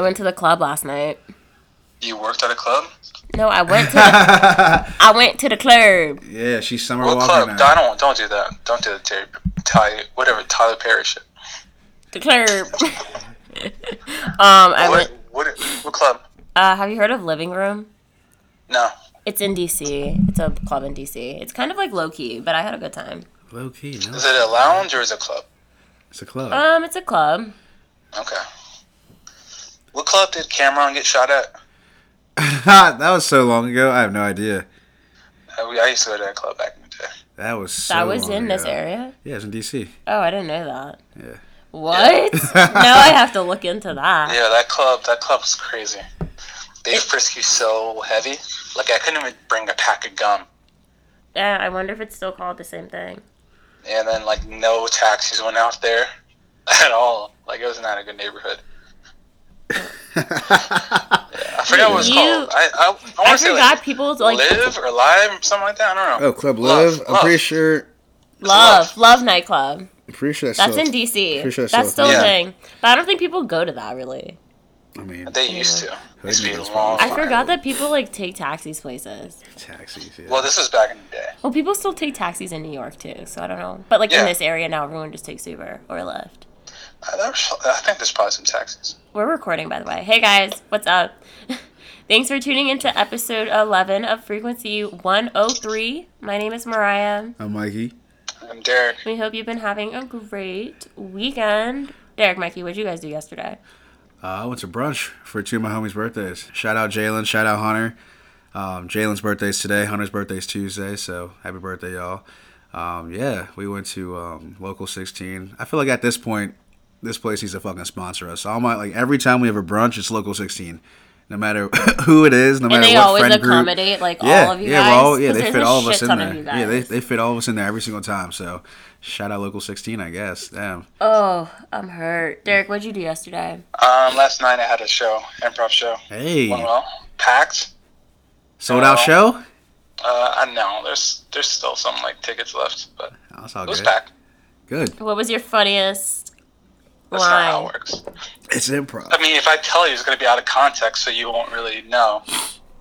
went to the club last night. You worked at a club? No, I went to the, I went to the club. Yeah, she's Summer What Walker club? now. I don't don't do that. Don't do the Terry Ty whatever Tyler Perry shit. The club. um, I What went. what what club? Uh, have you heard of Living Room? No. It's in DC. It's a club in DC. It's kind of like low key, but I had a good time. Low key, no. Is it a lounge or is it a club? It's a club. Um, it's a club. Okay. What club did Cameron get shot at? that was so long ago. I have no idea. I, we- I used to go to that club back in the day. That was so That was long in this ago. area. Yeah, it's in DC. Oh, I didn't know that. Yeah. What? now I have to look into that. Yeah, that club, that club was crazy. They frisk you so heavy, like I couldn't even bring a pack of gum. Yeah, I wonder if it's still called the same thing. And then like no taxis went out there at all. Like it was not a good neighborhood. I forgot what it's You- called. I I, I I want to say forgot like people like live or live, something like that. I don't know. Oh, Club Love, Live. I'm Love. pretty sure. love, love nightclub. I'm pretty sure that's, That's still, in DC. pretty sure that's that's still still a a thing. thing. But I don't think people go to that really. I mean, They used to. It used to be Hood niggas long. I forgot that people like take taxis places. taxis. Yeah. Well, this was back in the day. Well, people still take taxis in New York too, so I don't know. But like in Yeah. this area now, everyone just takes Uber or Lyft. I, there was, I think there's probably some taxis. We're recording, by the way. Hey guys, what's up? Thanks for tuning into episode 11 of Frequency 103. My name is Mariah. I'm Mikey. I'm Derek. We hope you've been having a great weekend. Derek, Mikey, what'd you guys do yesterday? Uh, I went to brunch for two of my homies' birthdays. Shout out Jalen. Shout out Hunter. Um, Jalen's birthday's today. Hunter's birthday's Tuesday. So happy birthday, y'all. Um, yeah, we went to um, local 16. I feel like at this point, this place needs to fucking sponsor us. All my like every time we have a brunch, it's local 16. No matter who it is, no And matter they what always friend group. accommodate like all of you yeah, guys. we're all, yeah, 'cause they there's fit a all of us shit in ton there. you Yeah, they, guys. they fit all of us in there every single time. So, shout out local 16, I guess. Damn. Oh, I'm hurt. Derek, what'd you do yesterday? Um, last night I had a show, improv show. Hey, Went well, packed. sold out Wow. show. Uh, I know there's there's still some like tickets left, but That's all it was good. packed. Good. What was your funniest That's not how it line? works. It's improv. I mean, if I tell you, it's gonna be out of context, so you won't really know.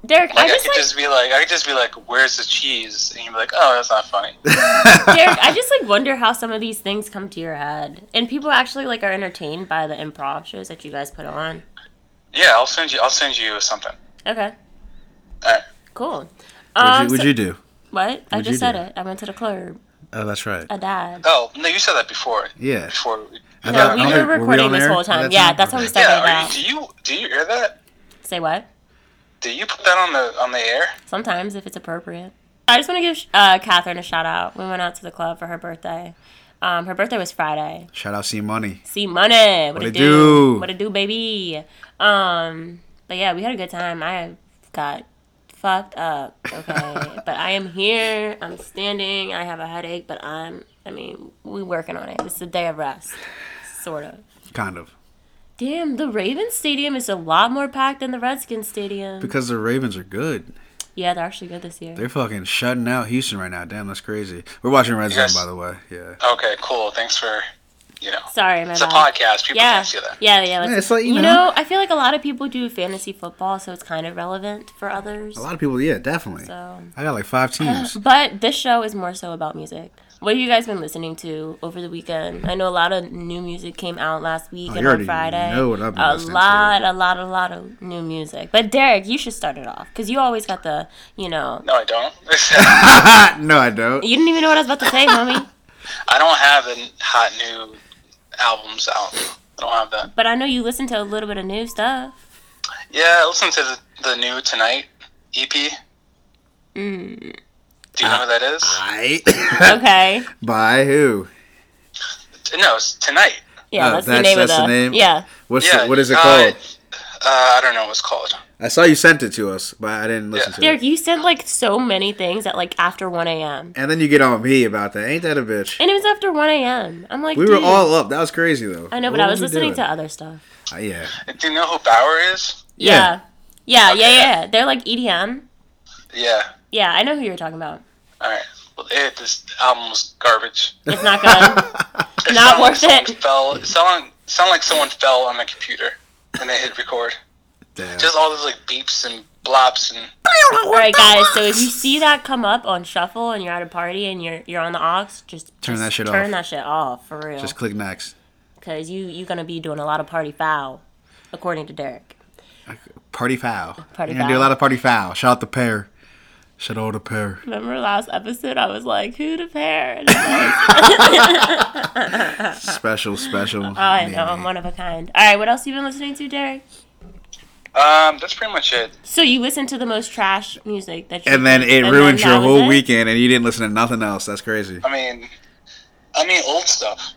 Derek, I Like I, just could like just be like, I could just be like, "Where's the cheese?" And you'd be like, "Oh, that's not funny." Derek, I just like wonder how some of these things come to your head, and people actually like are entertained by the improv shows that you guys put on. yeah, I'll send you. I'll send you something. Okay, All right. cool. What'd, Um, you, what'd so- you do? what? I what'd you just said do? it. I went to the club. Oh, that's right. I died. Oh no, you said that before. Yeah. Before. we- I No, thought- we I were don't think- recording on this air whole at time. that Yeah, that's how we Okay. started uh, Yeah. it Are you, out. do you do you hear that? Say what? Do you put that on the on the air? Sometimes, if it's appropriate. I just want to give sh- uh, Catherine a shout out. We went out to the club for her birthday. Um, her birthday was Friday. Shout out C Money. See money. What, What it it do? do? What it do, baby? Um, but yeah, we had a good time. I got fucked up. Okay, but I am here. I'm standing. I have a headache, but I'm. I mean, we working on it. It's a day of rest, sort of. Kind of. Damn, the Ravens Stadium is a lot more packed than the Redskins Stadium. Because the Ravens are good. Yeah, they're actually good this year. They're fucking shutting out Houston right now. Damn, that's crazy. We're watching Red Zone, Yes. Uh, by the way. Yeah. Okay, cool. Thanks for, you know, Sorry, my it's a bad. podcast. People Yeah, can't see that. yeah, yeah. Yeah, let's- it's like, you you know. know, I feel like a lot of people do fantasy football, so it's kind of relevant for others. A lot of people, yeah, definitely. So. I got like five teams. But this show is more so about music. What have you guys been listening to over the weekend? I know a lot of new music came out last week Oh, and on you already Friday. know what I've been a listening to. lot, a lot, a lot of new music. But Derek, you should start it off because you always got the, you know, No, I don't. uh, no, I don't. you didn't even know what I was about to say, homie. I don't have the hot new albums out. I don't have that. But I know you listen to a little bit of new stuff. Yeah, I listened to the, the new Tonight E EP. Mm. Do you know who that Uh, is? I. Okay. By who? No, it's Tonight. Yeah, Oh, that's, the that's- name of that's the, the name? Yeah. What's Yeah. the, what is it uh, called? Uh, I don't know what it's called. I saw you sent it to us, but I didn't listen to it. Derek, you sent like so many things at like after 1 a.m. And then you get on me about that. Ain't that a bitch? And it was after 1 a.m. I'm like, We were dude. all up. That was crazy though. I know, but I What was we listening doing? to other stuff. Uh, yeah. Do you know who Bauer is? Yeah. Yeah, yeah, Okay. yeah. They're like EDM. Yeah. Yeah, I know who you're talking about. All right. Well, it, this album was garbage. It's not good. It Not sounded like worth someone it. Fell. It sounded, sounded like someone fell on the computer. and then hit record. Damn. Just all those like beeps and blops and All right, guys. So if you see that come up on shuffle and you're at a party and you're you're on the aux, just Turn just that shit Turn off. that shit off for real. Just click next. Cause you you're gonna be doing a lot of party foul, according to Derek. Party foul. Party You're gonna do a foul. lot of party foul. Shout out the pair. Shout out the pair. Remember last episode, I was like, who to pair? And I'm like, Special, special. Oh, I know I'm one of a kind. All right, what else you been listening to, Derek? um. That's pretty much it. So you listened to the most trash music that you And then it and ruined then that your was whole it? weekend, and you didn't listen to nothing else. That's crazy. I mean, I mean old stuff.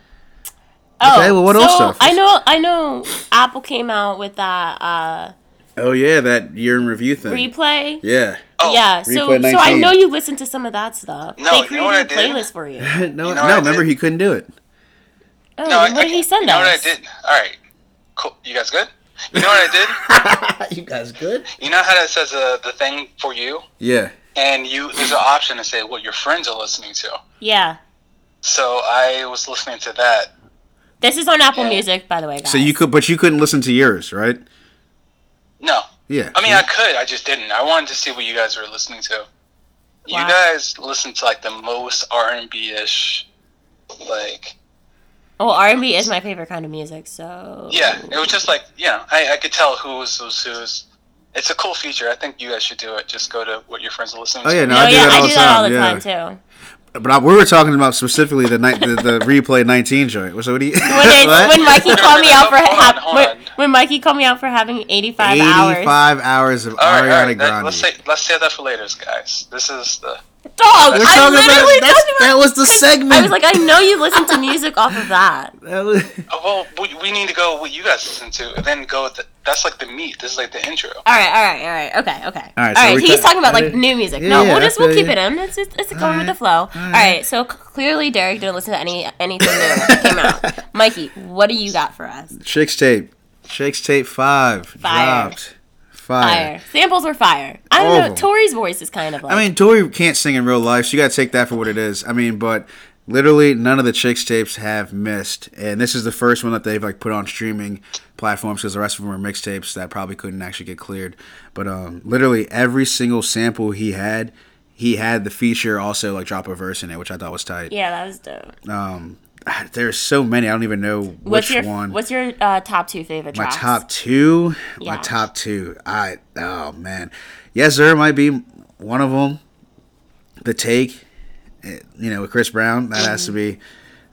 Oh, Okay, well, what so else stuff? I know, I know. Apple came out with that uh, Oh yeah, that year in review thing. replay. yeah. Oh, yeah, so Replay so I 19. know you listened to some of that stuff. No, they you know what I created did? a playlist for you. no, know what no. I Remember, did? he couldn't do it. Oh, what did he send you know us? what I did? All right. Cool. You guys good? You know what I you guys good? did? You know how that says uh, the thing for you, Yeah. and you there's an option to say what your friends are listening to. Yeah, So I was listening to that. this is on Apple Yeah. Music, by the way, guys. So you could, but you couldn't listen to yours, right? No, Yeah. I mean I could, I just didn't. I wanted to see what you guys were listening to. Wow. You guys listen to like the most R and B ish, like Well, R and B is my favorite kind of music, so yeah. It was just like you know I, I could tell who was who's who's. It's a cool feature. I think you guys should do it. Just go to what your friends are listening Oh to. yeah, no, No, I do yeah, that all I the do time. that all the yeah. time too. But I, we were talking about specifically the night, the, the replay nineteen joint. So what do you? When, it's, what? when Mikey called me out for Hold on, ha- hold when, on. when Mikey called me out for having eighty five hours. Eighty-five hours of All right, all Ariana right. Grande. That, let's say let's save that for later, guys. This is the Dog, We're I talking about- literally that's- talked about that was the I- segment. I was like, I know you listen to music off of that. That was- oh, well. We, we need to go what you guys listen to, and then go. With the, that's like the meat. This is like the intro. All right, all right, all right. Okay, okay. All All right, right. so we He's cut- talking about I like didn't- new music. Yeah, no, yeah, I we'll just we'll feel keep you. it in. It's it's, it's going with the right, flow. All right. So c- clearly, Derek didn't listen to any anything new that came out. Mikey, what do you got for us? Shakes tape. Shakes tape five Fire. dropped. Fire. Fire samples were fire. I don't All of know. them. Tori's voice is kind of like. I mean, Tori can't sing in real life, so you gotta take that for what it is. I mean, but literally none of the chicks tapes have missed, and this is the first one that they've like put on streaming platforms because the rest of them are mixtapes that probably couldn't actually get cleared. But um, literally every single sample he had, he had the feature also like drop a verse in it, which I thought was tight. yeah, that was dope. Um, there's so many, I don't even know What's your which one. What's your uh, top two favorite My tracks? top two. My Yeah. top two. I oh man, yes sir might be one of them. The take, eh, you know, with Chris Brown. That has to be.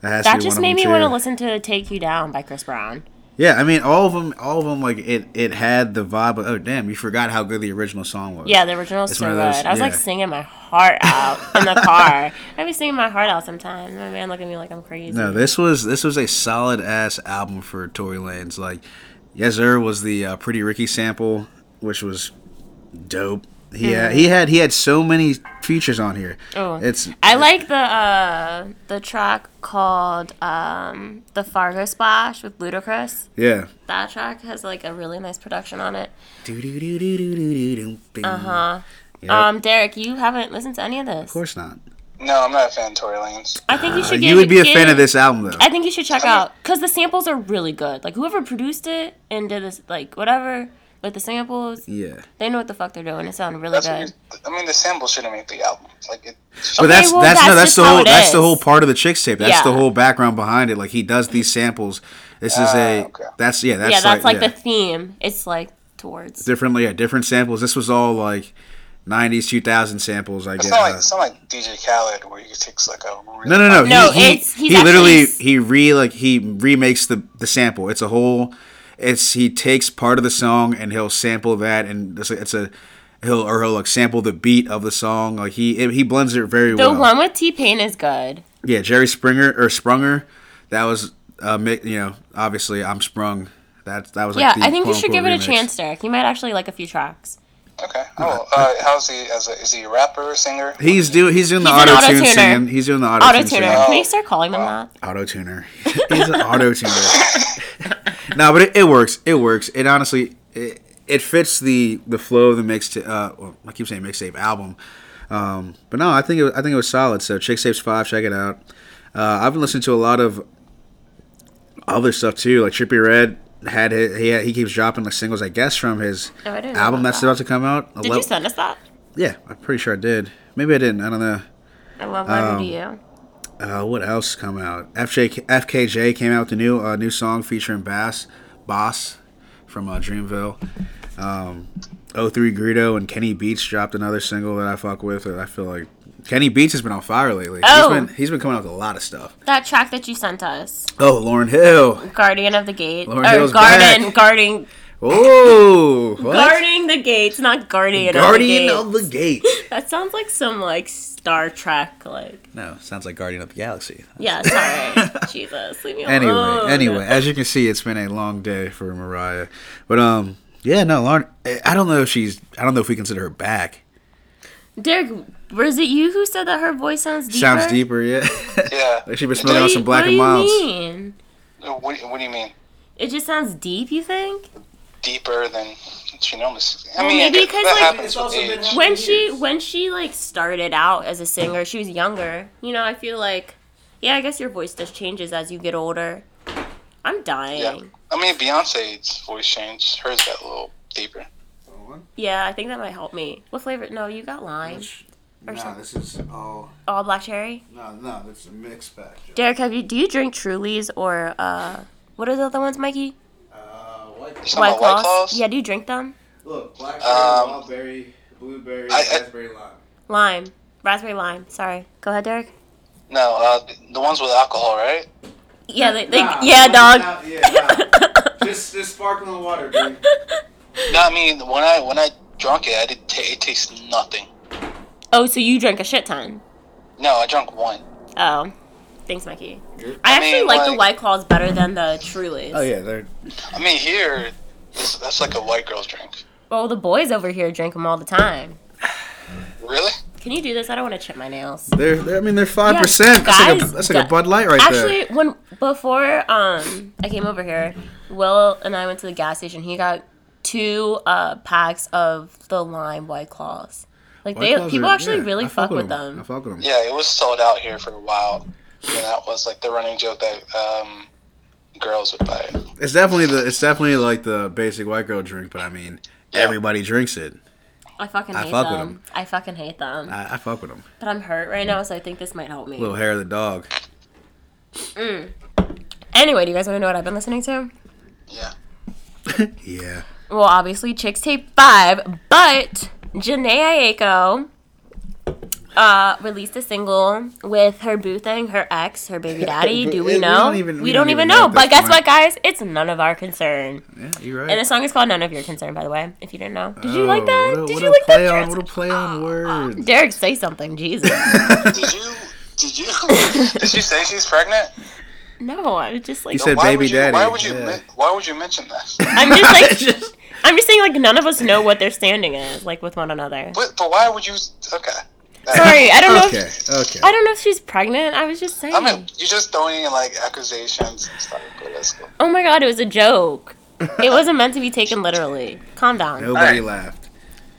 That has to Mm-hmm. That be just one made of me them want to too. listen to "Take You Down" by Chris Brown. Yeah, I mean, all of them. All of them. Like it. It had the vibe. Of, oh damn, you forgot how good the original song was. Yeah, the original is It's so one good. of those- I was like yeah. singing my heart out in the car. I be singing my heart out sometimes. My man look at me like I'm crazy. No, this was this was a solid ass album for Tory Lanez. Like, yes sir was the uh, Pretty Ricky sample, which was dope. He had, he had he had so many features on here. Mm-hmm. Oh. it's I like the uh, the track called um, "The Fargo Splash" with Ludacris. yeah. That track has like a really nice production on it. Uh Huh. Yep. Um, Derek, you haven't listened to any of this. of course not. No, I'm not a fan of Tory Lanez. I think you should. you give- would be a give- fan of this album though. I think you should check out because the samples are really good. Like whoever produced it and did this, like whatever with the samples, yeah. they know what the fuck they're doing. It sounded really That's good. what you- I mean, the sample shouldn't make the album. Like it. But that's well, that's that's no that's just the how whole it that's the is. whole part of the chick tape. That's the Yeah. Mm-hmm. whole background behind it. Like he does these samples. This is a okay. that's yeah that's Ah, yeah, that's like, yeah. the theme. It's like towards. differently yeah, different samples. This was all like '90s, 2000 samples. I It's guess. not like it's not like DJ Khaled where he takes like a. Really no, no, no. Oh, No, he, he, it's- he's he literally actually- he re like he remakes the the sample. It's a whole. It's he takes part of the song and he'll sample that and it's a, it's a he'll or he'll like sample the beat of the song. Like he it, he blends it very The well. one with T Pain is good. Yeah, Jerry Springer or Sprunger. That was uh mi- you know obviously I'm sprung. That that was like Yeah, the I think you should quote-unquote give it a remix. chance, Derek. You might actually like a few tracks. Okay. Oh, uh, how's he? As a, is he a rapper, singer? He's doing he's doing the He's an auto tune auto-tuner. singing. He's doing the auto Auto tune tuner. singing. Can you start calling them that? auto tuner. He's an auto tuner. no, but it, it works. It works. It honestly it, it fits the the flow of the mixtape. Uh, well, I keep saying mixtape album, um, but no, I think it, was- I think it was solid. So Chick Tapes Five, check it out. Uh, I've been listening to a lot of other stuff too, like Trippy Red. had his, he he keeps dropping the singles, I guess, from his Oh, I didn't know album about that's that. about to come out. Did you send us that? yeah, I'm pretty sure I did. Maybe I didn't. I don't know. I love letter um, to you. Uh, what else come out? FJ, FKJ came out with a new uh, new song featuring Bass Boss from uh, Dreamville. Um, O3 Greedo and Kenny Beats dropped another single that I fuck with. That I feel like Kenny Beats has been on fire lately. Oh. He's been he's been coming out with a lot of stuff. That track that you sent us, Oh, Lauren Hill. Guardian of the Gate, Lauren or Hill's Garden, back. guarding, Oh, what? guarding the gates, not Guardian. Guardian of the of the Gate. Gates. That sounds like some like Star Trek like. no, sounds like Guardian of the Galaxy. Yeah, sorry, Jesus, leave me Anyway, alone. anyway, as you can see, it's been a long day for Mariah. But um, yeah, no, Lauren. eh, I don't know if she's. I don't know if we consider her back. Derek, was it you who said that her voice sounds deeper? Sounds deeper, yeah. Yeah. like she been What smoking do on you- some black what and do you miles. mean? What, what do you mean? It just sounds deep. You think? Deeper than she normally. I Well, mean, maybe I guess 'cause, that like, happens It's with also been age. when Years. she when she like started out as a singer, she was younger. You know, I feel like yeah, I guess your voice just changes as you get older. I'm Yeah. dying. I mean, Beyonce's voice change. Hers got a little deeper. Yeah, I think that might help me. What flavor? No, you got lime. Nah, this is all. All black cherry. No, no, it's a mixed bag. Derek, have you do you drink Trulies or uh what are the other ones, Mikey? Uh, You're talking about White Claws? Yeah, do you drink them? Look, blackberry, Um, wildberry, blueberry, I- I- lime. Lime, raspberry lime. Sorry. Go ahead, Derek. No, uh, the- the ones with alcohol, right? Yeah, they, they yeah, dog. just, just sparkling water, dude. No, I mean when I when I drunk it, I did ta it tastes nothing. oh, so you drink a shit ton. No, I drank one. Oh, thanks, Mikey. You're- I I actually mean, like, the like- White Claws better than the Trulies. Oh yeah, they're I mean here, it's, that's like a white girl's drink. Well, the boys over here drink them all the time. Really? Can you do this? I don't want to chip my nails. They're, they're I mean, they're five percent. That's like a guys- that's like a gu- Bud Light right Actually, there. when before um I came over here, Will and I went to the gas station. He got two uh packs of the lime White Claws. Like White they Claws people are- actually yeah, really I fuck, with 'em. them. I fuck with them. Yeah, it was sold out here for a while, and that was like the running joke that um, girls would buy. it. It's definitely the it's definitely like the basic white girl drink, but I mean, everybody drinks it. I fucking I hate fuck with them. 'em. I fucking hate them. I, I fuck with them. but I'm hurt right now, so I think this might help me. Little hair of the dog. Anyway, do you guys want to know what I've been listening to? Yeah. Yeah. Well, obviously, Chicks Tape 5, but Janae Aiko uh, released a single with her boo thing, her ex, her baby daddy. But Do it- we we know? don't even- we, don't, even know. at But this guess point. what, guys? It's none of our concern. Yeah, you're right. And the song is called None of Your Concern, by the way, if you didn't know. Did you like Oh, that? What a, Did what you a like play that? Oh, on, Trent? what a play on words. Derek, say something, Jesus. oh, Did you? Did you? did you say she's pregnant? no, I'm just like, You said- The baby would you, daddy, Why would you? yeah. men- Why would you mention that? I'm just like, Just- I'm just saying, like, none of us know what their standing is, like, with one another. but, but why would you? Okay. Sorry, I don't know. okay, If, okay. I don't know if she's pregnant. I was just saying. I mean, you're just throwing in like accusations and stuff. But that's cool. Oh my god, it was a joke. It wasn't meant to be taken literally. Calm down. Nobody laughed.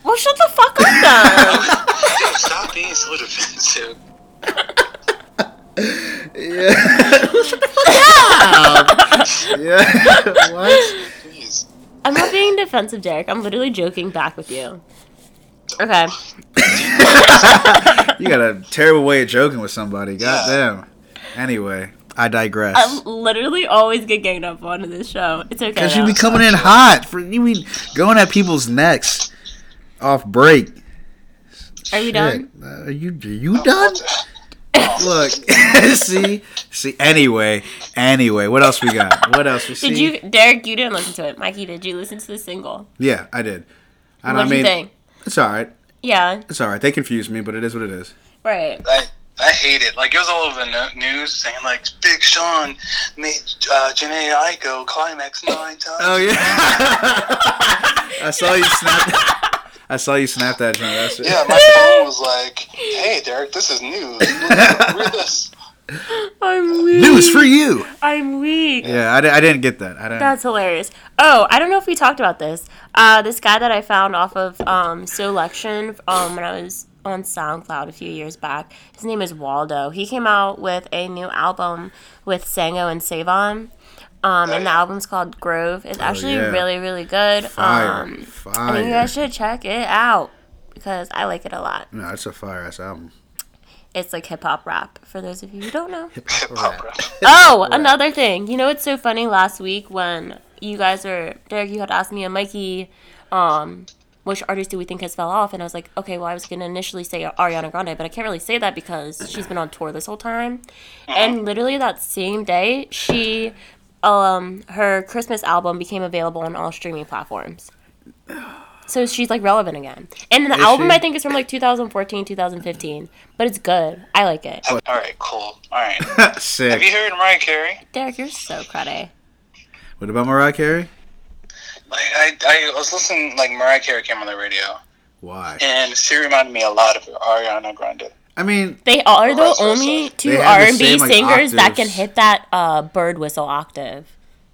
Well, shut the fuck up, then. Stop being so defensive. Yeah. yeah. what? Jeez. I'm not being defensive, Derek. I'm literally joking back with you. Okay. You got a terrible way of joking with somebody. Goddamn. Anyway, I digress. I literally always get ganged up on in this show. It's okay. Cause you though. be coming in hot for you be going at people's necks off break. Are you done? Shit. Uh, are you are you done? Look, see, see. Anyway, anyway, what else we got? What else we see? Did you, Derek? You didn't listen to it, Mikey. Did you listen to the single? Yeah, I did. And What I did mean, you think? it's all right. Yeah. It's all right. They confused me, but it is what it is. Right. I I hate it. Like it was all over the no- news saying like Big Sean made uh, Janae Aiko climax nine times. Oh yeah. I saw you snap. I saw you snap that. John. That's it. Yeah, my phone was like, "Hey, Derek, this is news. Look at this." I'm weak. News for you. I'm weak. Yeah, I, di- I didn't get that. I didn't. That's hilarious. Oh, I don't know if we talked about this. Uh, this guy that I found off of um, Selection um, when I was on SoundCloud a few years back. His name is Waldo. He came out with a new album with Sango and Savon. Um, and the album's called Grove. It's actually Oh, yeah. really, really good. Fire. Um, I fire. think you guys should check it out because I like it a lot. no, it's a fire ass album. It's like hip hop rap for those of you who don't know. Hip hop rap. Oh, another thing. You know it's so funny last week when you guys were Derek, you had asked me and Mikey, um, which artist do we think has fell off? And I was like, okay, well I was gonna initially say Ariana Grande, but I can't really say that because she's been on tour this whole time. And literally that same day, she um her Christmas album became available on all streaming platforms. So she's like relevant again. And the album she? I think is from like 2014, 2015, but it's good. I like it. All right, cool. All right. Have you Sick. heard Mariah Carey? Derek, you're so cruddy. What about Mariah Carey? Like I, I was listening. Like Mariah Carey came on the radio, Why? and she reminded me a lot of Ariana Grande. I mean, They are the Russell only said. two They have R the and B same, like, singers that can octaves. hit that uh, bird whistle octave.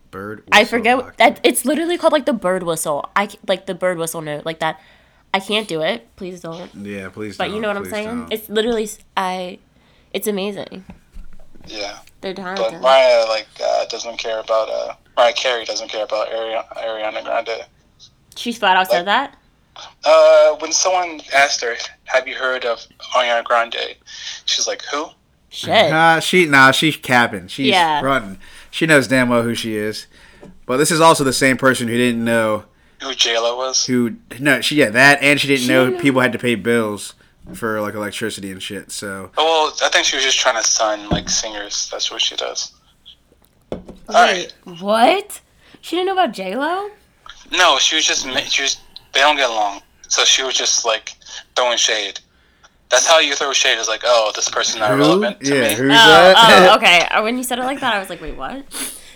bird. I whistle forget octave. that it's literally called like the bird whistle. I c- like the bird whistle note like that. I can't do it. Please don't. Yeah, please. But you know what I'm saying? It's literally s- I. It's amazing. Yeah, They're but talented. Mariah like uh, doesn't care about uh, Mariah Carey doesn't care about Ari- Ariana Grande. She flat out said that. Uh, when someone asked her, "Have you heard of Ariana Grande?" She's like, "Who?" Shit. Nah, she nah, she's capping. She's Yeah. running. She knows damn well who she is. But this is also the same person who didn't know Who JLo was? who no she yeah that and she didn't She know didn't know. people had to pay bills for like electricity and shit. So Oh, well, I think she was just trying to sign like singers. That's what she does. All right. Wait, what? She didn't know about J Lo. No, she was just ma- she was. They don't get along, so she was just like throwing shade. That's how you throw shade. Is like, oh, this person's not who? relevant to Yeah, me. who's Oh, that? oh, okay. Uh, When you said it like that, I was like, wait, what?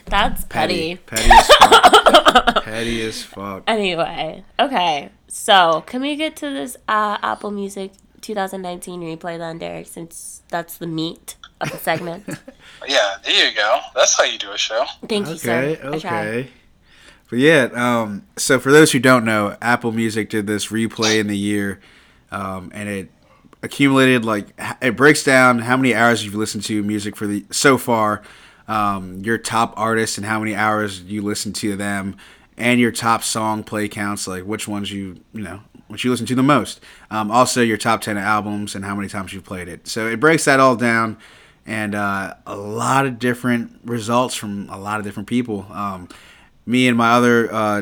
That's Petty. petty. Petty as fuck. Petty as fuck. Anyway, okay. So, can we get to this uh, Apple Music 2019 replay then, Derek, since that's the meat of the segment? Yeah, there you go. That's how you do a show. Thank you, sir. Okay, I tried. okay. But yeah, um, so for those who don't know, Apple Music did this replay in the year, um, and it accumulated like h- it breaks down how many hours you've listened to music for the so far, um, your top artists and how many hours you listen to them, and your top song play counts, like which ones you you know which you listen to the most. Um, also your top ten albums and how many times you've played it. So it breaks that all down and uh, a lot of different results from a lot of different people. Um, me and my other uh,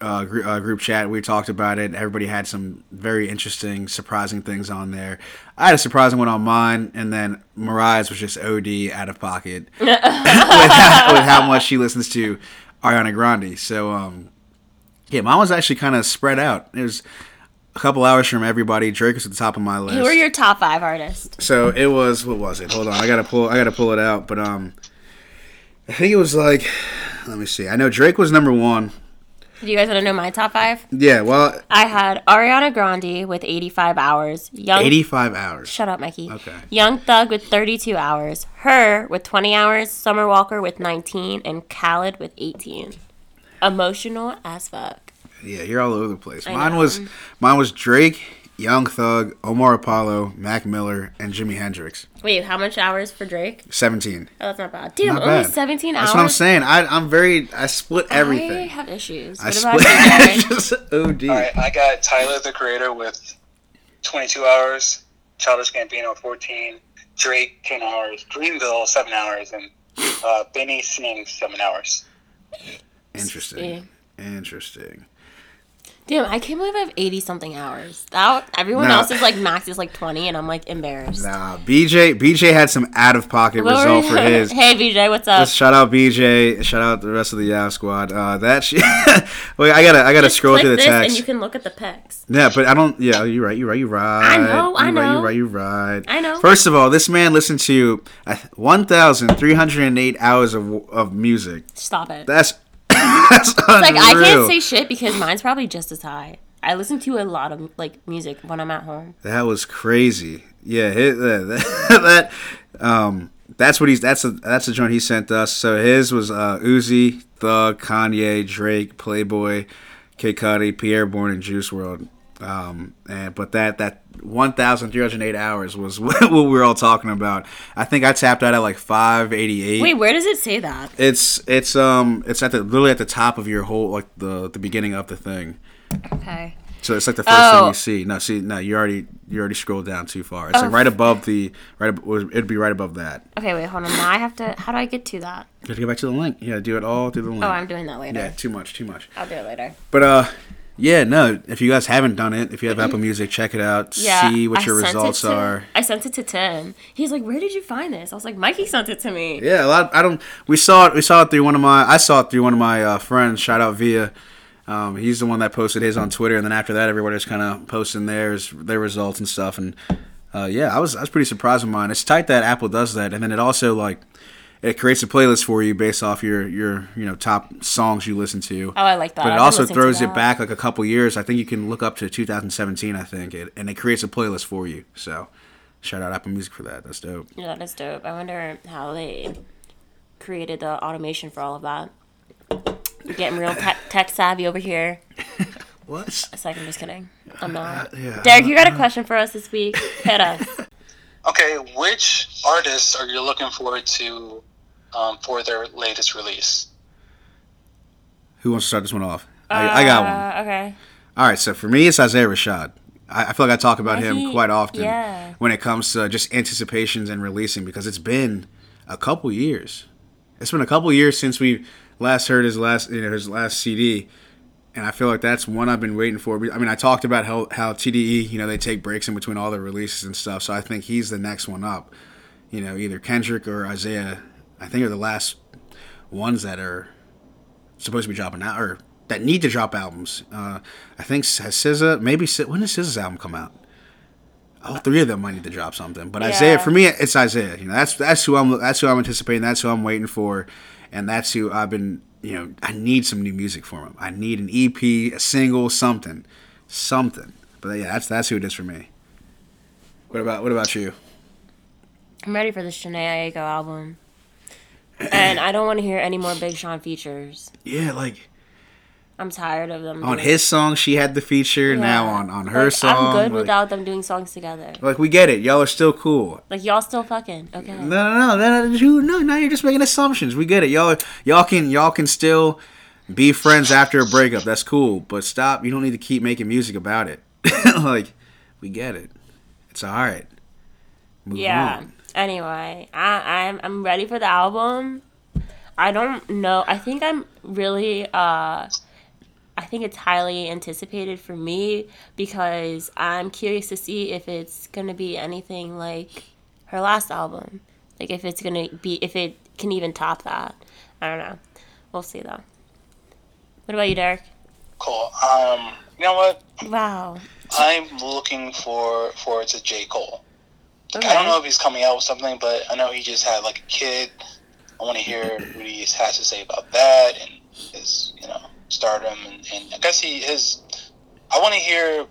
uh, gr- uh, group chat, we talked about it. Everybody had some very interesting, surprising things on there. I had a surprising one on mine, and then Mariah's was just OD out of pocket with, how, with how much she listens to Ariana Grande. So, um, yeah, mine was actually kind of spread out. It was a couple hours from everybody. Drake was at the top of my list. Who are your top five artists? So it was what was it? Hold on, I gotta pull I gotta pull it out. But um, I think it was like, let me see. I know Drake was number one. Do you guys want to know my top five? Yeah, well, I had Ariana Grande with 85 hours. Young. eighty-five hours. Shut up, Mikey. Okay. Young Thug with 32 hours. Her with 20 hours. Summer Walker with 19. And Khaled with 18. Emotional as fuck. Yeah, you're all over the place. Mine was mine was Drake, Young Thug, Omar Apollo, Mac Miller, and Jimi Hendrix. Wait, how much hours for Drake? Seventeen. Oh, that's not bad. Damn, Not only bad. 17 hours. That's what I'm saying. I I'm very I split I everything. have issues. I What about split. you, Derek? just OD. All right, I got Tyler the Creator with 22 hours, Childish Gambino 14, Drake 10 hours, Dreamville 7 hours, and uh, Benny Singh 7 hours. Interesting. Interesting. Damn, I can't believe I have 80 something hours. That, everyone No. else is like max is like 20, and I'm like embarrassed. Nah, BJ BJ had some out of pocket What were result for you- his. hey, VJ, what's up? Just shout out BJ. Shout out the rest of the Yav squad. Uh, that shit. Wait, I gotta, I gotta Just scroll click through the this And you text. can look at the pics. Yeah, but I don't. Yeah, you're right. You're right. You're right. know, I you're Right, know. you're right. You're right. I know. First of all, this man listened to uh, 1,308 hours of of music. Stop it. That's that's like, unreal. I can't say shit because mine's probably just as high. I listen to a lot of like music when I'm at home. That was crazy. Yeah, hit that, that um that's what he's that's a that's the joint he sent us. So his was uh Uzi, Thug, Kanye, Drake, Playboy, Kid Cudi, Pierre Bourne, and Juice World. Um, and but that that 1,308 hours was what we were all talking about. I think I tapped out at like 588. Wait, where does it say that? It's it's um it's at the literally at the top of your whole like the the beginning of the thing. Okay. So it's like the first Oh. thing you see. No, see, no, you already you already scrolled down too far. It's Oh. like right above the right. ab- It'd be right above that. Okay, wait, hold on. Now I have to. How do I get to that? You have to go back to the link. Yeah, do it all through the link. Oh, I'm doing that later. yeah, too much, too much. I'll do it later. But uh, yeah, no. If you guys haven't done it, if you have Apple Music, check it out. see Mm-hmm. what I your sent it results to- are. I sent it to Tim. He's like, "Where did you find this?" I was like, "Mikey sent it to me." Yeah, a lot. I don't. We saw it. We saw it through one of my. I saw it through one of my uh, friends. Shout out Via. Um, he's the one that posted his on Twitter, and then after that, everybody's kind of posting theirs, their results and stuff. And uh, yeah, I was I was pretty surprised with mine. It's tight that Apple does that, and then it also like it creates a playlist for you based off your your you know top songs you listen to. Oh, I like that. I've But it been also listening to throws it that. back like a couple years. I think you can look up to 2017, I think, it, and it creates a playlist for you. So, shout out Apple Music for that. That's dope. Yeah, that's dope. I wonder how they created the automation for all of that. You're getting real te- tech savvy over here. What? It's like I'm just kidding. I'm not. Yeah. Derek, you got a question for us this week? Hit us. Okay, which artists are you looking forward to um, for their latest release? Who wants to start this one off? I, I got one. Uh, okay. All right, so for me, it's Isaiah Rashad. I, I feel like I talk about him he- quite often yeah. when it comes to just anticipations and releasing because it's been a couple years. It's been a couple years since we last heard his last, you know, his last CD, and I feel like that's one I've been waiting for. I mean, I talked about how how TDE, you know, they take breaks in between all their releases and stuff, so I think he's the next one up. You know, either Kendrick or Isaiah, I think are the last ones that are supposed to be dropping out or that need to drop albums. Uh, I think S- has SZA maybe S- when does SZA's album come out? All three of them might need to drop something. But Isaiah, for me, it's Isaiah. You know, that's that's who I'm that's who I'm anticipating. That's who I'm waiting for, and that's who I've been. You know, I need some new music from him. I need an EP, a single, something, something. But yeah, that's that's who it is for me. What about what about you? I'm ready for the Shanae Aiko album. And I don't want to hear any more Big Sean features. Yeah, like I'm tired of them. on doing- his song, she had the feature. Now Yeah. on on her Like, I'm song, good like, without them doing songs together. Like we get it, y'all are still cool. Like y'all still fucking okay. No, no, no, no, no, you- no. Now you're just making assumptions. We get it. Y'all, y'all can, y'all can still be friends after a breakup. That's cool. But stop. You don't need to keep making music about it. like, we get it. It's all right. Move Yeah. on. Anyway, I, I'm I'm ready for the album. I don't know. I think I'm really. uh I think it's highly anticipated for me because I'm curious to see if it's gonna be anything like her last album. Like if it's gonna be if it can even top that. I don't know. We'll see though. What about you, Derek? Cool. Um, you know what? Wow. I'm looking for forward to J. Cole. I don't Okay. know if he's coming out with something, but I know he just had like a kid. I want to hear what he has to say about that and his, you know, stardom and, and I guess he his. I want to hear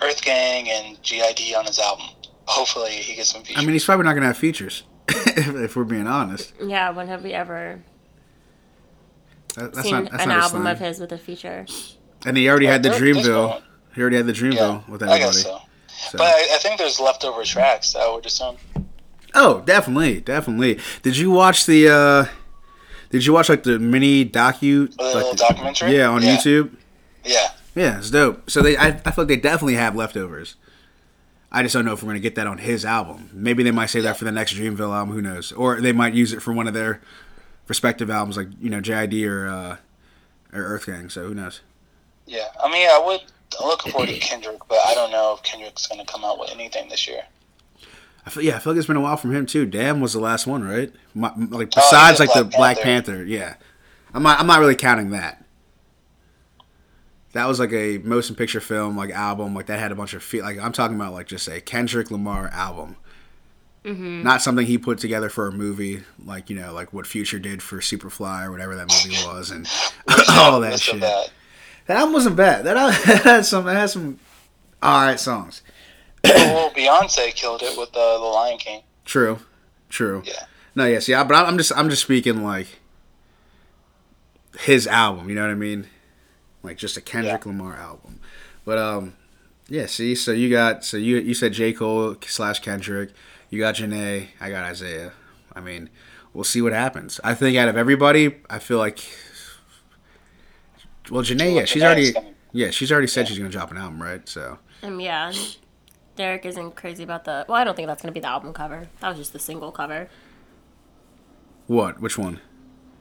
Earth Gang and GID on his album. Hopefully, he gets some features. I mean, he's probably not gonna have features, if, if we're being honest. Yeah. When have we ever That, that's seen not. That's an not album his of thing. his with a feature? And he already had the This- this Dreamville. one. He already had the Dreamville yeah, with I everybody. guess so. so. But I, I think there's leftover tracks. I would assume. Oh, definitely, definitely. Did you watch the? uh Did you watch like the mini docu? The like, little the- documentary? Yeah, on Yeah. YouTube. Yeah. Yeah, it's dope. So they, I, I feel like they definitely have leftovers. I just don't know if we're gonna get that on his album. Maybe they might save that for the next Dreamville album. Who knows? Or they might use it for one of their respective albums, like you know JID or uh, or Earth Gang. So who knows? Yeah, I mean, I would. I'm looking forward to Kendrick, but I don't know if Kendrick's going to come out with anything this year. I feel, yeah, I feel like it's been a while from him too. Damn was the last one, right? My, like besides did like the Oh, Black Black Panther. Panther, yeah. I'm not I'm not really counting that. That was like a motion picture film like album like that had a bunch of feet like I'm talking about like just a Kendrick Lamar album. Not something he put together for a movie, like you know, like what Future did for Superfly or whatever that movie was, and all that That's shit. bad. That album wasn't bad. That, al- that had some, that had some, all right songs. well, Beyonce killed it with uh, the Lion King. True, true. Yeah. No, yes, yeah, but I'm I'm just I'm just speaking like his album. You know what I mean? Like just a Kendrick Lamar album. But um, Yeah, see, so you got so you you said J Cole slash Kendrick, you got Janae, I got Isaiah. I mean, we'll see what happens. I think out of everybody, I feel like, well, Janae, yeah, she's already yeah, she's already said she's gonna drop an album, right? So Um, yeah. Derek isn't crazy about the. Well, I don't think that's gonna be the album cover. That was just the single cover. what? Which one?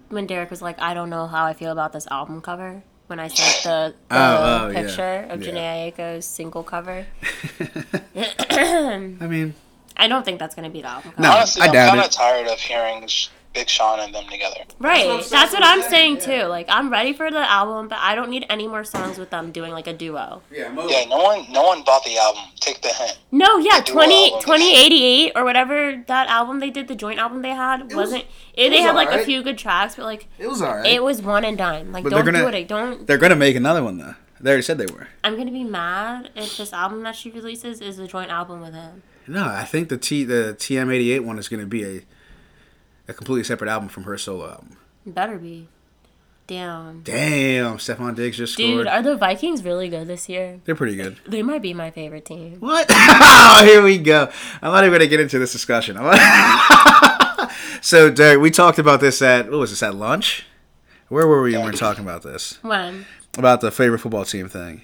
When Derek was like, "I don't know how I feel about this album cover," when I sent the, the Oh, oh, yeah. picture of Yeah. Janae Aiko's single cover, I mean, I don't think that's gonna be the album cover. no, Honestly, I I'm doubt kind of it. tired of hearing Sh- Big Sean and them together. Right. That's what I'm saying yeah. too. Like I'm ready for the album, but I don't need any more songs with them doing like a duo. Yeah, Mo- Yeah, no one, no one bought the album. Take the hint. No, yeah, duo 20, album. 2088 or whatever that album they did, the joint album they had was- was, not It, they was had like a alright. few good tracks, but like it was alright. it was one and done. Like But they're don't do gonna- it. Like, don't. They're gonna make another one though. They already said they were. I'm gonna be mad if this album that she releases is a joint album with him. No, I think the T the TM88 one is gonna be a a completely separate album from her solo album. Better be. Damn. Damn, Stephon Diggs just Dude, scored. are the Vikings really good this year? They're pretty good. They might be my favorite team. What? oh, here we go. I'm not even going to get into this discussion. I'm not- so, Derek, we talked about this at, what was this, at lunch? Where were we when we were talking about this? When About the favorite football team thing.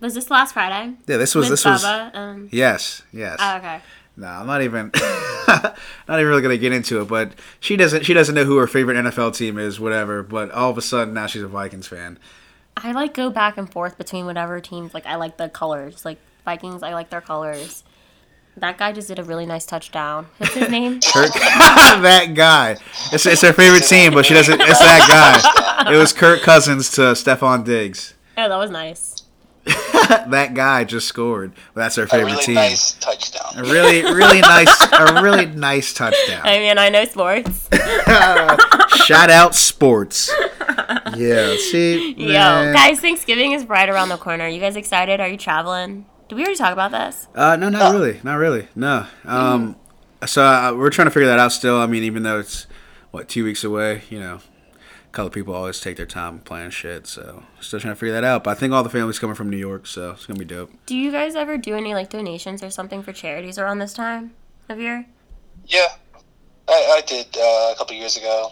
was this last Friday? Yeah, this was, with this was, Bubba. Um, yes, yes. oh, okay. No, I'm not even not even really gonna get into it, but she doesn't she doesn't know who her favorite NFL team is, whatever, but all of a sudden now she's a Vikings fan. I like go back and forth between whatever teams. Like I like the colors. Like Vikings, I like their colors. That guy just did a really nice touchdown. What's his name? Kirk that guy. It's it's her favorite team, but she doesn't it's that guy. It was Kirk Cousins to Stephon Diggs. Oh, that was nice. That guy just scored. That's her A favorite really team. nice A touchdown. really, really nice a really nice touchdown. I mean, I know sports. Shout out sports. Yeah, see Yo, man. guys, Thanksgiving is right around the corner. You guys excited? Are you traveling? Did we already talk about this? Uh, no, not really, not really. No. Um, so uh, we're trying to figure that out still. I mean, even though it's what two weeks away, you know, a couple of people always take their time planning shit. So still trying to figure that out. But I think all the family's coming from New York, so it's gonna be dope. Do you guys ever do any like donations or something for charities around this time of year? Yeah, I, I did uh, a couple years ago.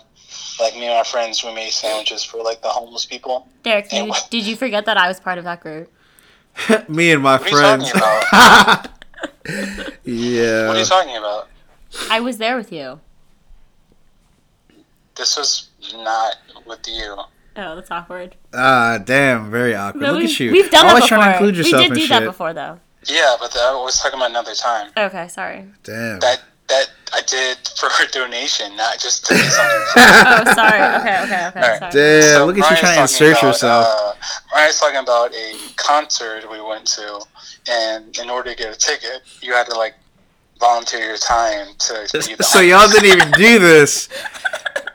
Like me and my friends, we made sandwiches for like the homeless people. Derek, Yeah, you, what- did you forget that I was part of that group? Me and my What are you friends. Uh, talking about? What are yeah. you talking about? I was there with you. This was not with you. Oh, that's awkward. Ah, damn. Very awkward. No, Look we've- at you. We've done always that before. trying to include yourself we did in do shit. that before, though. Yeah, but that, I was talking about another time. Okay, sorry. Damn. That that I did for a donation, not just to do something. Oh, sorry. Okay, okay, okay. Sorry. Alright. Damn. look at you Ryan's trying to talking insert about, yourself. Uh, Ryan's talking about a concert we went to, and in order to get a ticket, you had to like volunteer your time to. be the so y'all didn't even do this.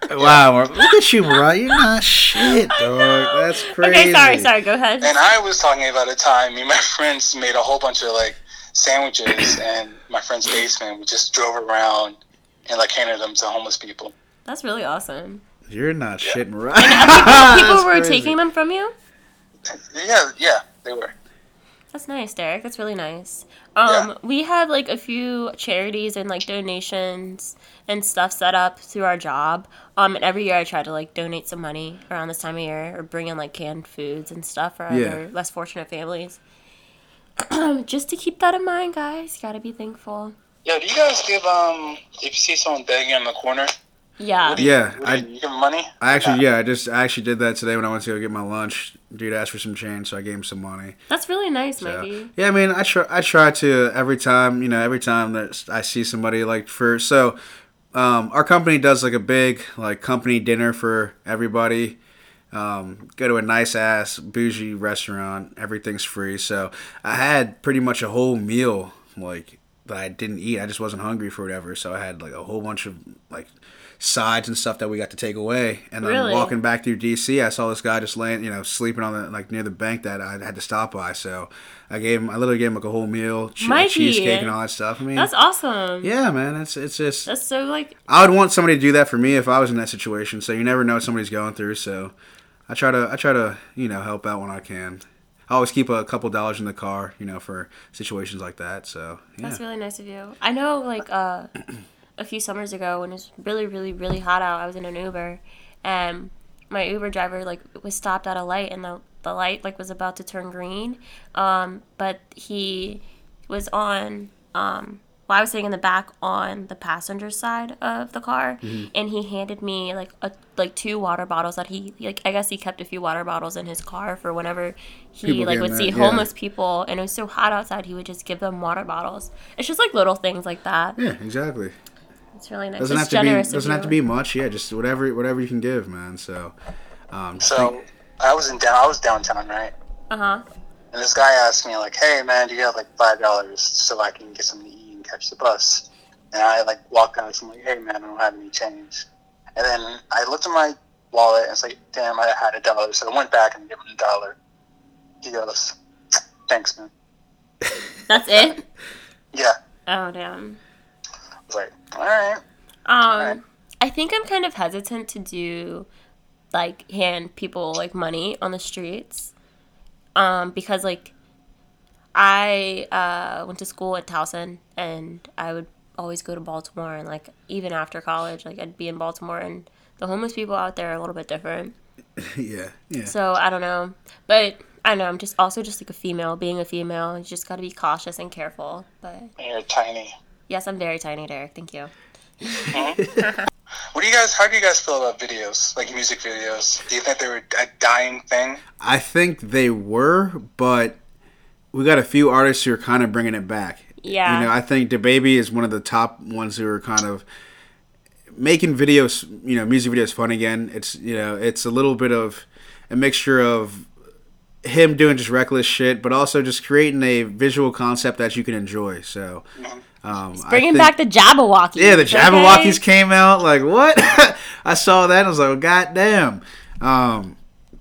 Wow, we're- look at you, right? You're not shit, dog. That's crazy. Okay, sorry, sorry. Go ahead. And I was talking about a time me and my friends made a whole bunch of like sandwiches in my friend's basement. We just drove around and like handed them to homeless people. That's really awesome. You're not shitting People right. Ah, That's were crazy. taking them from you. Yeah, yeah, they were. That's nice, Derek. That's really nice. Um, we have like a few charities and like donations and stuff set up through our job. Um, and every year I try to like donate some money around this time of year or bring in like canned foods and stuff for Yeah. other less fortunate families. Just to keep that in mind, guys. Gotta be thankful. Yo, do you guys give um if you see someone begging in the corner? Yeah. what do you- Yeah, what do you- I- you give them money. I actually, yeah, I just I actually did that today when I went to go get my lunch. Dude asked for some change, so I gave him some money. That's really nice, So- Mikey. yeah, I mean, I try I try to every time you know every time that I see somebody like for so. Um, our company does like a big like company dinner for everybody. Um, go to a nice ass bougie restaurant. Everything's free. So I had pretty much a whole meal like that I didn't eat. I just wasn't hungry for whatever. So I had like a whole bunch of like sides and stuff that we got to take away. And then Really? walking back through DC, I saw this guy just laying, you know, sleeping on the like near the bank that I had to stop by. So I gave him, I literally gave him like a whole meal, che- Mikey. cheesecake and all that stuff. I mean, That's awesome. yeah, man, it's it's just That's so like I would want somebody to do that for me if I was in that situation. So you never know what somebody's going through. So I try to I try to you know help out when I can. I always keep a couple dollars in the car, you know, for situations like that. So yeah, That's really nice of you. I know, like, uh, a few summers ago when it was really, really, really hot out, I was in an Uber, and my Uber driver like was stopped at a light, and the the light like was about to turn green, um, but he was on. Um, well, I was sitting in the back on the passenger side of the car, Mm-hmm. and he handed me like a, like two water bottles that he like. I guess he kept a few water bottles in his car for whenever he People like getting would see that, yeah. homeless people, and it was so hot outside, he would just give them water bottles. It's just like little things like that. yeah, exactly. It's really nice. Doesn't it's have to be generous of doesn't have you. to be much. Yeah, just whatever whatever you can give, man. So um, So I was in down. I was downtown, right? Uh-huh. And this guy asked me like, "Hey man, do you have like five dollars so I can get something to eat and catch the bus?" And I like walked out. I'm like, "Hey man, I don't have any change." And then I looked at my wallet and it's like, "Damn, I had a dollar." So I went back and gave him a dollar. He goes, "Thanks, man." That's it? Yeah. Oh damn. I was like, "All right." Um I think I'm kind of hesitant to do like hand people like money on the streets. Um because like I uh went to school at Towson and I would always go to Baltimore and like even after college like I'd be in Baltimore and the homeless people out there are a little bit different. yeah, yeah. So I don't know. But I know I'm just also just like a female, being a female, you just got to be cautious and careful. But And you're tiny. Yes, I'm very tiny, Derek. Thank you. What do you guys? How do you guys feel about videos, like music videos? Do you think they were a dying thing? I think they were, but we got a few artists who are kind of bringing it back. Yeah. You know, I think DaBaby is one of the top ones who are kind of making videos, you know, music videos fun again. It's, you know, it's a little bit of a mixture of him doing just reckless shit, but also just creating a visual concept that you can enjoy. So, um, Mm-hmm. Bringing back the Jabberwockies. yeah, the Jabberwockies okay? came out. Like what? I saw that and I was like, well, goddamn. Um,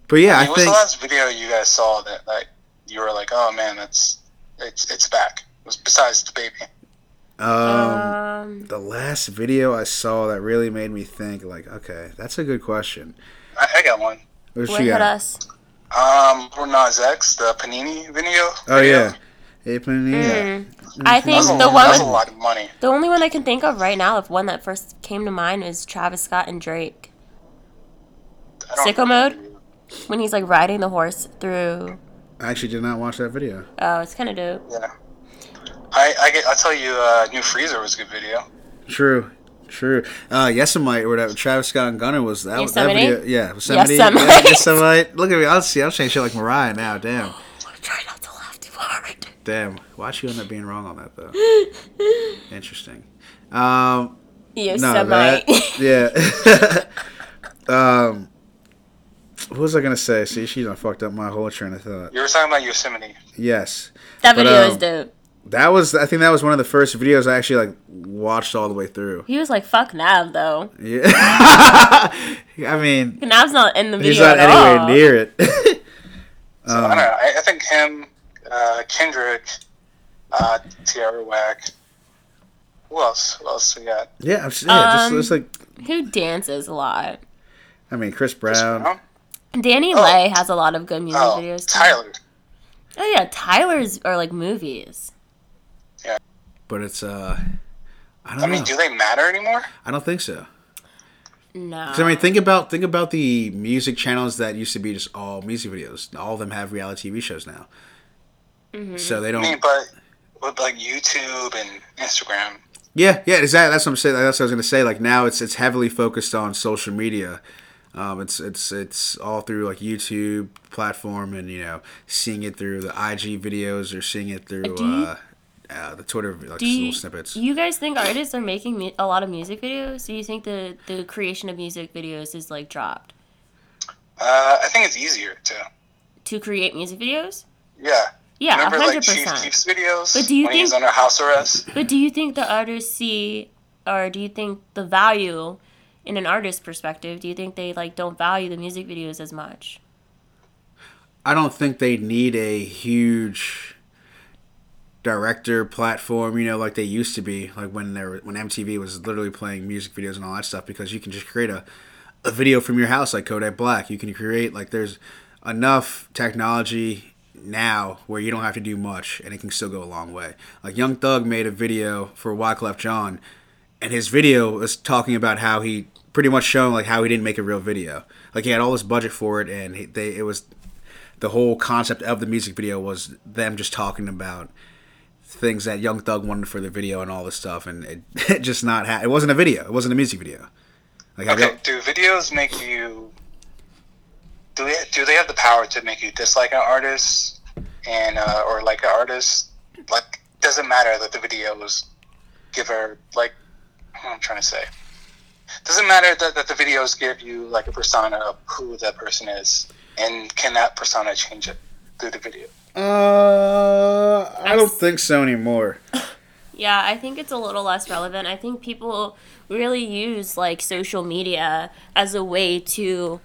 but yeah, I What's think the last video you guys saw that like you were like, "Oh man, that's it's it's back." It was besides the baby. Um, uh, the last video I saw that really made me think, like, okay, that's a good question. I, I got one. What what she hit got? us? Um, Lil Nas X, the Panini video. Oh yeah, Hey, Panini. Mm. I That think was, a, the that was a one, lot of money. the only one I can think of right now, of one that first came to mind, is Travis Scott and Drake I don't Sicko mode? when he's like riding the horse through. I actually did not watch that video. Oh, it's kind of dope. Yeah. I I get, I'll tell you, uh, New Freezer was a good video. True, true. Uh, Yesemite or whatever. Travis Scott and Gunner was that. was That Yosemite? video, yeah, Yosemite. Yosemite. Yeah, Yosemite. Look at me. I'll see. I'm saying shit like Mariah now. Damn, Try not to laugh too hard. damn. Why'd you end up being wrong on that though? Interesting. Um, Yosemite. that- yeah. um, what was I gonna say? See, she done fucked up my whole train of thought. You were talking about Yosemite. Yes, that But, video um, is dope. that was. I think that was one of the first videos I actually like watched all the way through. He was like, "Fuck Nav," though. Yeah. I mean, Nav's not in the video he's not at anywhere all. near it. Um, So I don't know. I, I think him, uh, Kendrick, uh, Tierra Whack. Who else? Who else we got? yeah, I'm, s- yeah just, Um, just like. Who dances a lot? I mean, Chris Brown. Huh? Danny Lay has a lot of good music Oh, videos. too. Tyler. Oh yeah, Tyler's are like movies. But it's uh, I don't I mean, know. do they matter anymore? I don't think so. No. 'Cause, I mean, think about think about the music channels that used to be just all music videos. All of them have reality TV shows now, Mm-hmm. so they I don't. mean, but with like YouTube and Instagram, Yeah, yeah, exactly. That's what I'm saying. That's what I was gonna say. Like now, it's it's heavily focused on social media. Um, it's it's it's all through like YouTube platform, and you know, seeing it through the IG videos or seing it through do you- uh, uh, the Twitter like do you, little snippets. you guys think artists are making mu- a lot of music videos? Do you think the the creation of music videos is like dropped uh, I think it's easier too. to create music videos? Yeah. Yeah, Remember like hundred Chief percent. Keef's videos But do you when he was think- under house arrest? But do you think the artists see, or do you think the value, in an artist's perspective, do you think they like don't value the music videos as much? I don't think they need a huge director platform, you know, like they used to be, like when there when MTV was literally playing music videos and all that stuff, because you can just create a, a video from your house like Kodak Black. You can create like there's enough technology now where you don't have to do much and it can still go a long way. Like Young Thug made a video for Wyclef John, and his video was talking about how he pretty much showing like how he didn't make a real video. Like he had all this budget for it, and he, they it was the whole concept of the music video was them just talking about things that Young Thug wanted for the video and all this stuff, and it, it just not ha- it wasn't a video, it wasn't a music video. Like I Okay, got, do videos make you? Do they do they have the power to make you dislike an artist, and uh, or like an artist? Like, doesn't matter that the videos give her like. What I'm trying to say. Doesn't matter that, that the videos give you like a persona of who that person is, and can that persona change it through the video? uh, I don't think so anymore. Yeah, I think it's a little less relevant. I think people really use like social media as a way to,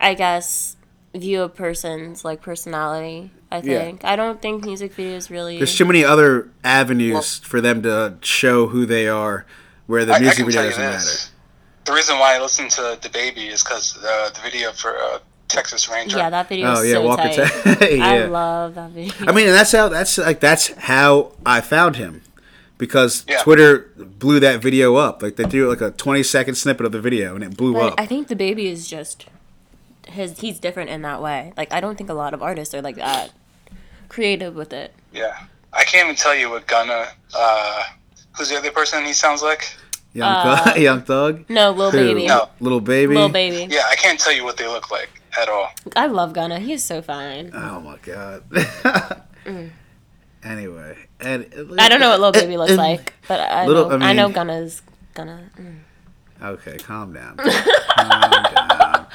I guess, view a person's like personality. I Yeah. think I don't think music videos really. There's too many other avenues for them to show who they are, where the I- I music can video tell you doesn't matter. this. The reason why I listen to the baby is because uh, the video for uh, Texas Ranger. yeah, that video Oh is yeah, so Walker tight. Tech. yeah. I love that video. I mean, and that's how that's like that's how I found him because Yeah. Twitter blew that video up. Like they do like a 20 second snippet of the video and it blew But up. I think the baby is just his. He's different in that way. Like I don't think a lot of artists are like that creative with it. Yeah. I can't even tell you what Gunna, uh, who's the other person he sounds like? young, thug, young Thug, No, Lil Who? uh, Oh, Baby. No. Little baby, Lil Baby. Yeah, I can't tell you what they look like at all. I love Gunna. He is so fine. Oh my god. Anyway, and Mm. I don't know what Lil Baby looks like, but I Little- know, I, I know mean- Gunna's Gunna. Mm. Okay, calm down. calm down.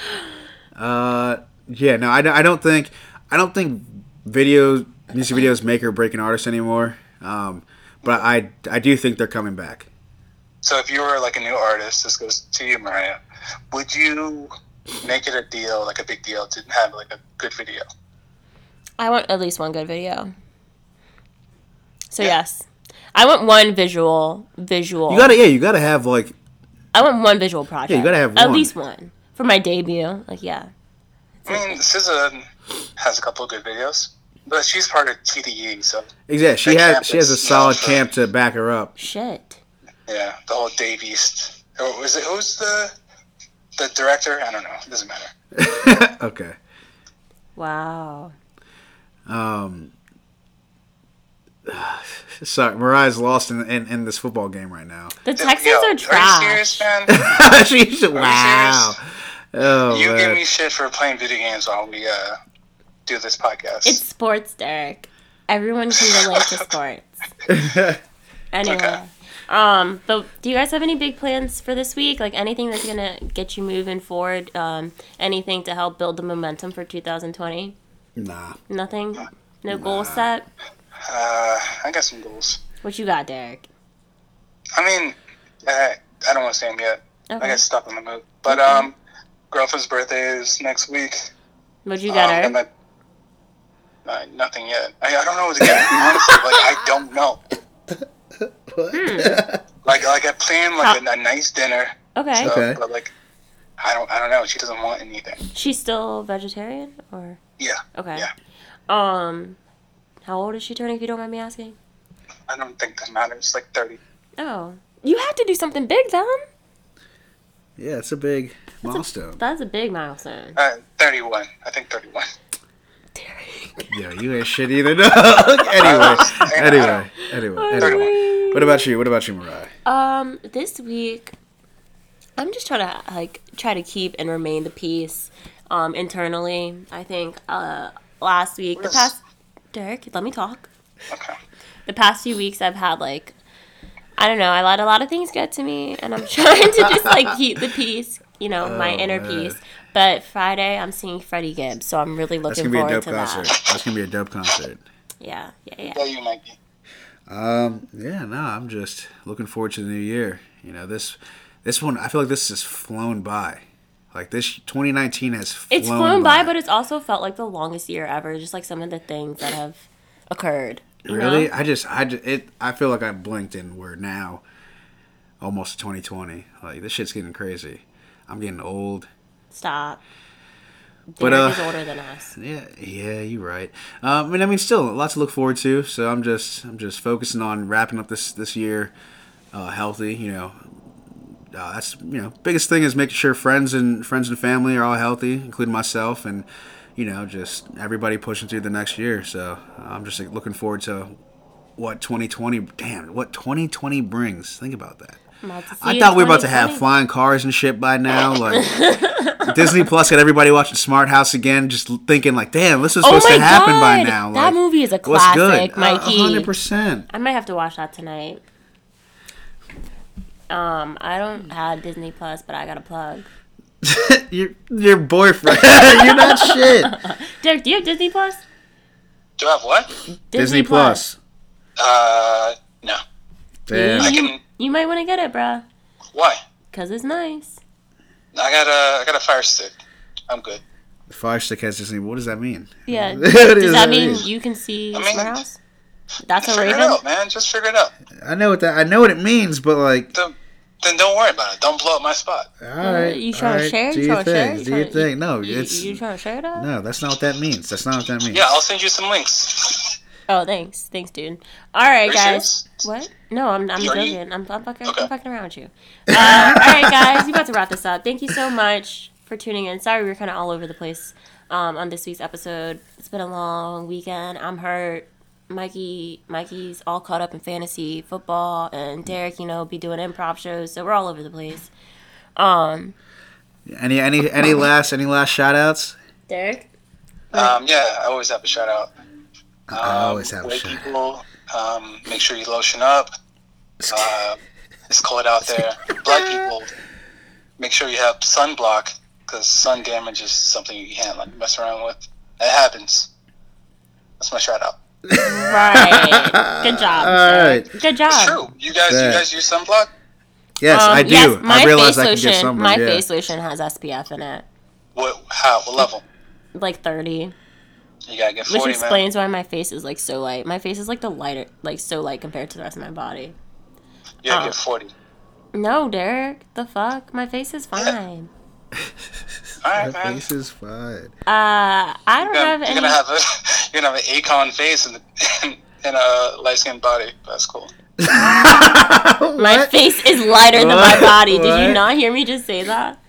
Uh, yeah, no, I, don't- I don't think I don't think video music videos make or break an artist anymore. Um, but I I do think they're coming back. So if you were like a new artist, this goes to you, Mariah, would you make it a deal, like a big deal, to have like a good video? I want at least one good video. So yes, I want one visual visual. You gotta yeah, you gotta have like I want one visual project. you gotta have at one. least one for my debut. Like yeah, I mean, SZA has a couple of good videos, but she's part of TDE, so exactly. She That has camp she has a is- solid yeah. camp to back her up. shit. yeah, the whole Dave East. Or was it who's the the director? I don't know. It doesn't matter. Okay. Wow. Um. Sorry, Mariah's lost in, in in this football game right now. The Texans Yo, are Are you trash. serious, man? She's wow. Oh You give man. me shit for playing video games while we uh, do this podcast. It's sports, Derek. Everyone can relate to sports. Anyway. Okay. Um, but do you guys have any big plans for this week? Like anything that's gonna get you moving forward? Um, anything to help build the momentum for 2020? nah. Nothing? No goal set? uh, I got some goals. What you got, Derek? I mean, uh, I don't want to say them yet. I Okay. got stuck in the mood. But um, girlfriend's birthday is next week. What you got, um, and Eric? I- uh, nothing yet. I, I don't know what to get. Honestly, like I don't know. Like like I plan like a, a nice dinner. Okay. so- Okay. But like, I don't I don't know. She doesn't want anything. She's still vegetarian, or Yeah. okay. Yeah. Um, how old is she turning? If you don't mind me asking. I don't think that matters. Like thirty. Oh, you have to do something big then. Yeah, it's a big milestone. That's a big milestone. Uh, 31. I think 31. yeah, you ain't shit either. No. anyway, anyway, anyway, anyway. 31. What about you? What about you, Mariah? Um, this week, I'm just trying to like try to keep and remain the peace. Um, internally, I think uh last week the Yes. past Derek, let me talk. Okay. The past few weeks, I've had like I don't know, I let a lot of things get to me, and I'm trying to just like keep the peace. You know, my Oh, inner man. peace. But Friday, I'm seeing Freddie Gibbs, so I'm really That's looking gonna be a forward dope to concert. that. That's gonna be a dope concert. Yeah, yeah, yeah. Yeah, you might be. Um, yeah, no, I'm just looking forward to the new year. You know, this this one, I feel like this has flown by. Like this 2019 has flown It's flown by, but it's also felt like the longest year ever. Just like some of the things that have occurred. you know? really, I just, I just, it, I feel like I blinked and we're now almost 2020. Like this shit's getting crazy. I'm getting old. Stop. But, Derek uh, is older than us. Yeah, yeah, you're right. Um, and I mean, still, a lot to look forward to. So I'm just, I'm just focusing on wrapping up this this year uh, healthy. You know, uh, that's you know, biggest thing is making sure friends and friends and family are all healthy, including myself, and you know, just everybody pushing through the next year. So I'm just like, looking forward to what 2020, damn, what 2020 brings. Think about that. I thought we were about to have flying cars and shit by now. Like Disney Plus got everybody watching Smart House again, just thinking like, damn, this was Oh supposed my to happen by God, now. that like, movie is a what's classic, good? Uh, Mikey. hundred percent. I might have to watch that tonight. Um, I don't have Disney Plus, but I got a plug. Your your boyfriend, you're not shit. Derek, do you have Disney Plus? Do I have what? Disney Plus. Uh, no. I Damn. can. You might want to get it, bruh, Why? cause it's nice. I got a, I got a fire stick. I'm good. Fire Stick has Disney. What does that mean? Yeah. What Does does that that mean mean? you can see I mean- Smart House? That's a Figure it raven. out, man. Just figure it out. I know what that. I know what it means, but like, Then, then don't worry about it. Don't blow up my spot. all right, Uh, you all trying to right, share? Do You your trying to share? thing. You Do your trying to- thing. No, You, it's you trying to share that? no. That's not what that means. That's not what that means. Yeah, I'll send you some links. Oh, thanks, thanks, dude. All right, Are you guys. serious? What? No, I'm I'm You- are you- joking. I'm, I'm, fucking, Okay. I'm fucking around with you. Uh, all right, guys, we about to wrap this up. Thank you so much for tuning in. Sorry we were kind of all over the place um, on this week's episode. It's been a long weekend. I'm hurt. Mikey, Mikey's all caught up in fantasy football, and Derek, you know, be doing improv shows, so we're all over the place. Um, Any any any last any last shout outs? Derek, Um, yeah, I always have a shout out. Um, I always have a White shout-out. people, um, make sure you lotion up. Uh, it's cold out there. Black people, make sure you have sunblock because sun damage is something you can't like mess around with. It happens. That's my shout out. right? Good job. All Derek. right. Good job. It's true. You guys, that- you guys use sunblock. Yes, Um, I do. yes, my I realize face I can lotion, get some. My yeah. face lotion has SPF in it, What? How? What level? like 30, You gotta get which forty, man. explains why my face is like so light. My face is like the lighter, like so light compared to the rest of my body. You gotta oh. get forty. No, Derek, the fuck, my face is fine. All right, My man. face is fine. Uh, I don't have You're gonna, you're any. gonna have a you're gonna have an acon face and, and, and a light skinned body. That's cool. my What? face is lighter than my What? body. Did What? you not hear me just say that?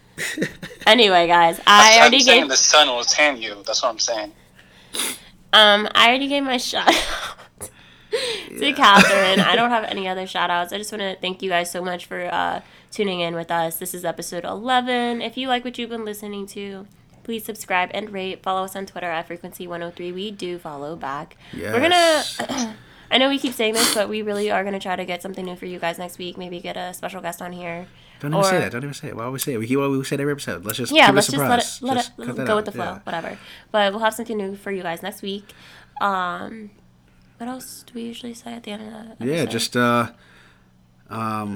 anyway, guys, I I'm already saying gave. the sun will tan you. That's what I'm saying. Um, I already gave my shout out to Catherine. I don't have any other shout outs. I just want to thank you guys so much for uh, tuning in with us. This is episode 11. If you like what you've been listening to, please subscribe and rate. Follow us on Twitter at Frequency 103. We do follow back. We're going Yes. to. I know we keep saying this, but we really are going to try to get something new for you guys next week. Maybe get a special guest on here. Don't even say or- that. Don't even say it. Why would we say it? We keep what we say it every episode. Let's just yeah, keep let's it just surprise. let it, let Just it cut that go out. with the flow, Yeah. whatever. But we'll have something new for you guys next week. Um, what else do we usually say at the end of the episode? Yeah, just uh,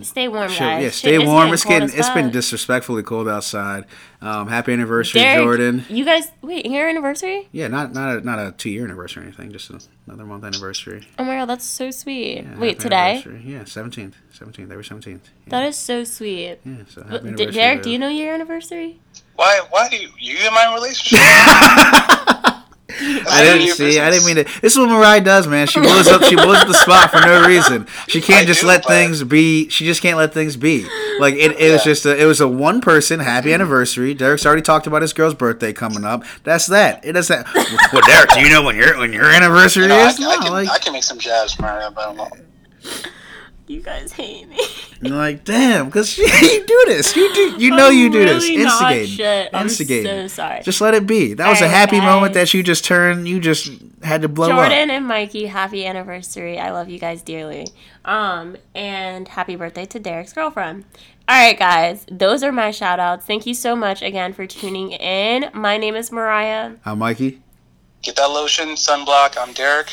stay warm, shit, guys. yeah, Shit, stay warm. It's cold getting as it's been fuck. disrespectfully cold outside. Um, happy anniversary, Derek, Jordan. You guys, wait, your anniversary? Yeah, not not a not a two year anniversary or anything. Just another month anniversary. Oh my god, that's so sweet. Yeah, wait, happy today? anniversary. Yeah, seventeenth, seventeenth. Every seventeenth. Yeah, That is so sweet. yeah, so happy D- anniversary. Derek, do to- you know your anniversary? Why? Why do you? You in my relationship? I didn't see. I didn't mean to. This is what Mariah does, man. She blows up. She blows up the spot for no reason. She can't I just do, let but- things be. She just can't let things be. Like it, it was just. A, it was a one person happy anniversary. Derek's already talked about his girl's birthday coming up. That's that. It doesn't. well, Derek, do you know when your when your anniversary No, I, is? I, No, can, like I can make some jabs, Mario, but I'm not. You guys hate me. like damn, because you do this. You do. You know I'm you do this. really not Instigating. shit. I'm Instigating. so sorry. Just let it be. That was a Alright, happy moment guys. that you just turned. You just had to blow up. Jordan and Mikey, happy anniversary. I love you guys dearly. Um, and happy birthday to Derek's girlfriend. All right, guys, those are my shout outs. Thank you so much again for tuning in. My name is Mariah. I'm Mikey. Get that lotion, sunblock. I'm Derek.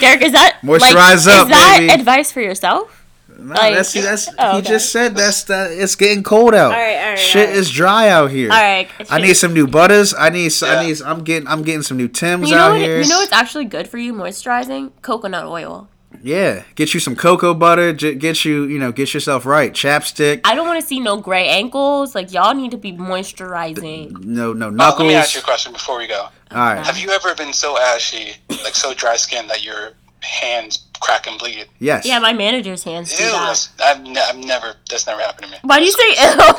Derek, is that Moisturize is up, that baby. advice for yourself? No, Like- that's that's Oh, he okay. just said that's that it's getting cold out. right, all right, Shit all right. is dry out here. All right. I need some new butters. I need s I Yeah. I need I'm getting I'm getting some new Tims You know out what? here. You know what's actually good for you moisturizing? Coconut oil. Yeah, get you some cocoa butter. J- get you, you know, get yourself right. Chapstick. I don't want to see no gray ankles. Like y'all need to be moisturizing. No, no Oh, knuckles. let me ask you a question before we go. All right. Have you ever been so ashy, like so dry skinned that your hands crack and bleed? Yes. Yeah, my manager's hands do Ew, that. that's, I've, ne- I've never. That's never happened to me. Why do you say ew?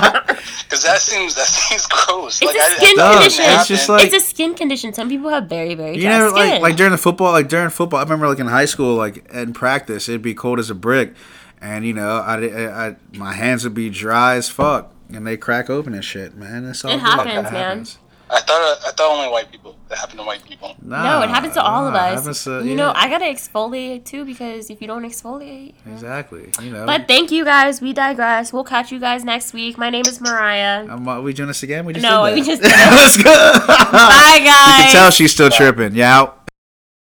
Because that seems that seems gross. It's a I- skin that condition. didn't It's just happen. like- it's a skin condition. Some people have very very dry You know, skin. like like during the football, like during football, I remember like in high school, like in practice, it'd be cold as a brick, and you know, I, I, I- my hands would be dry as fuck, and they crack open and shit, man. That's all It good. happens, That man. I thought I thought only white people. That happened to white people. no, it happens to all of nah, it us. happens to- you know, yeah, I gotta exfoliate too because if you don't exfoliate, exactly. You know, But thank you guys. We digress. We'll catch you guys next week. My name is Mariah. I'm, are we doing this again? We just No, did that. we just- Let's go. Bye, You guys. can tell she's still tripping. Yeah. out.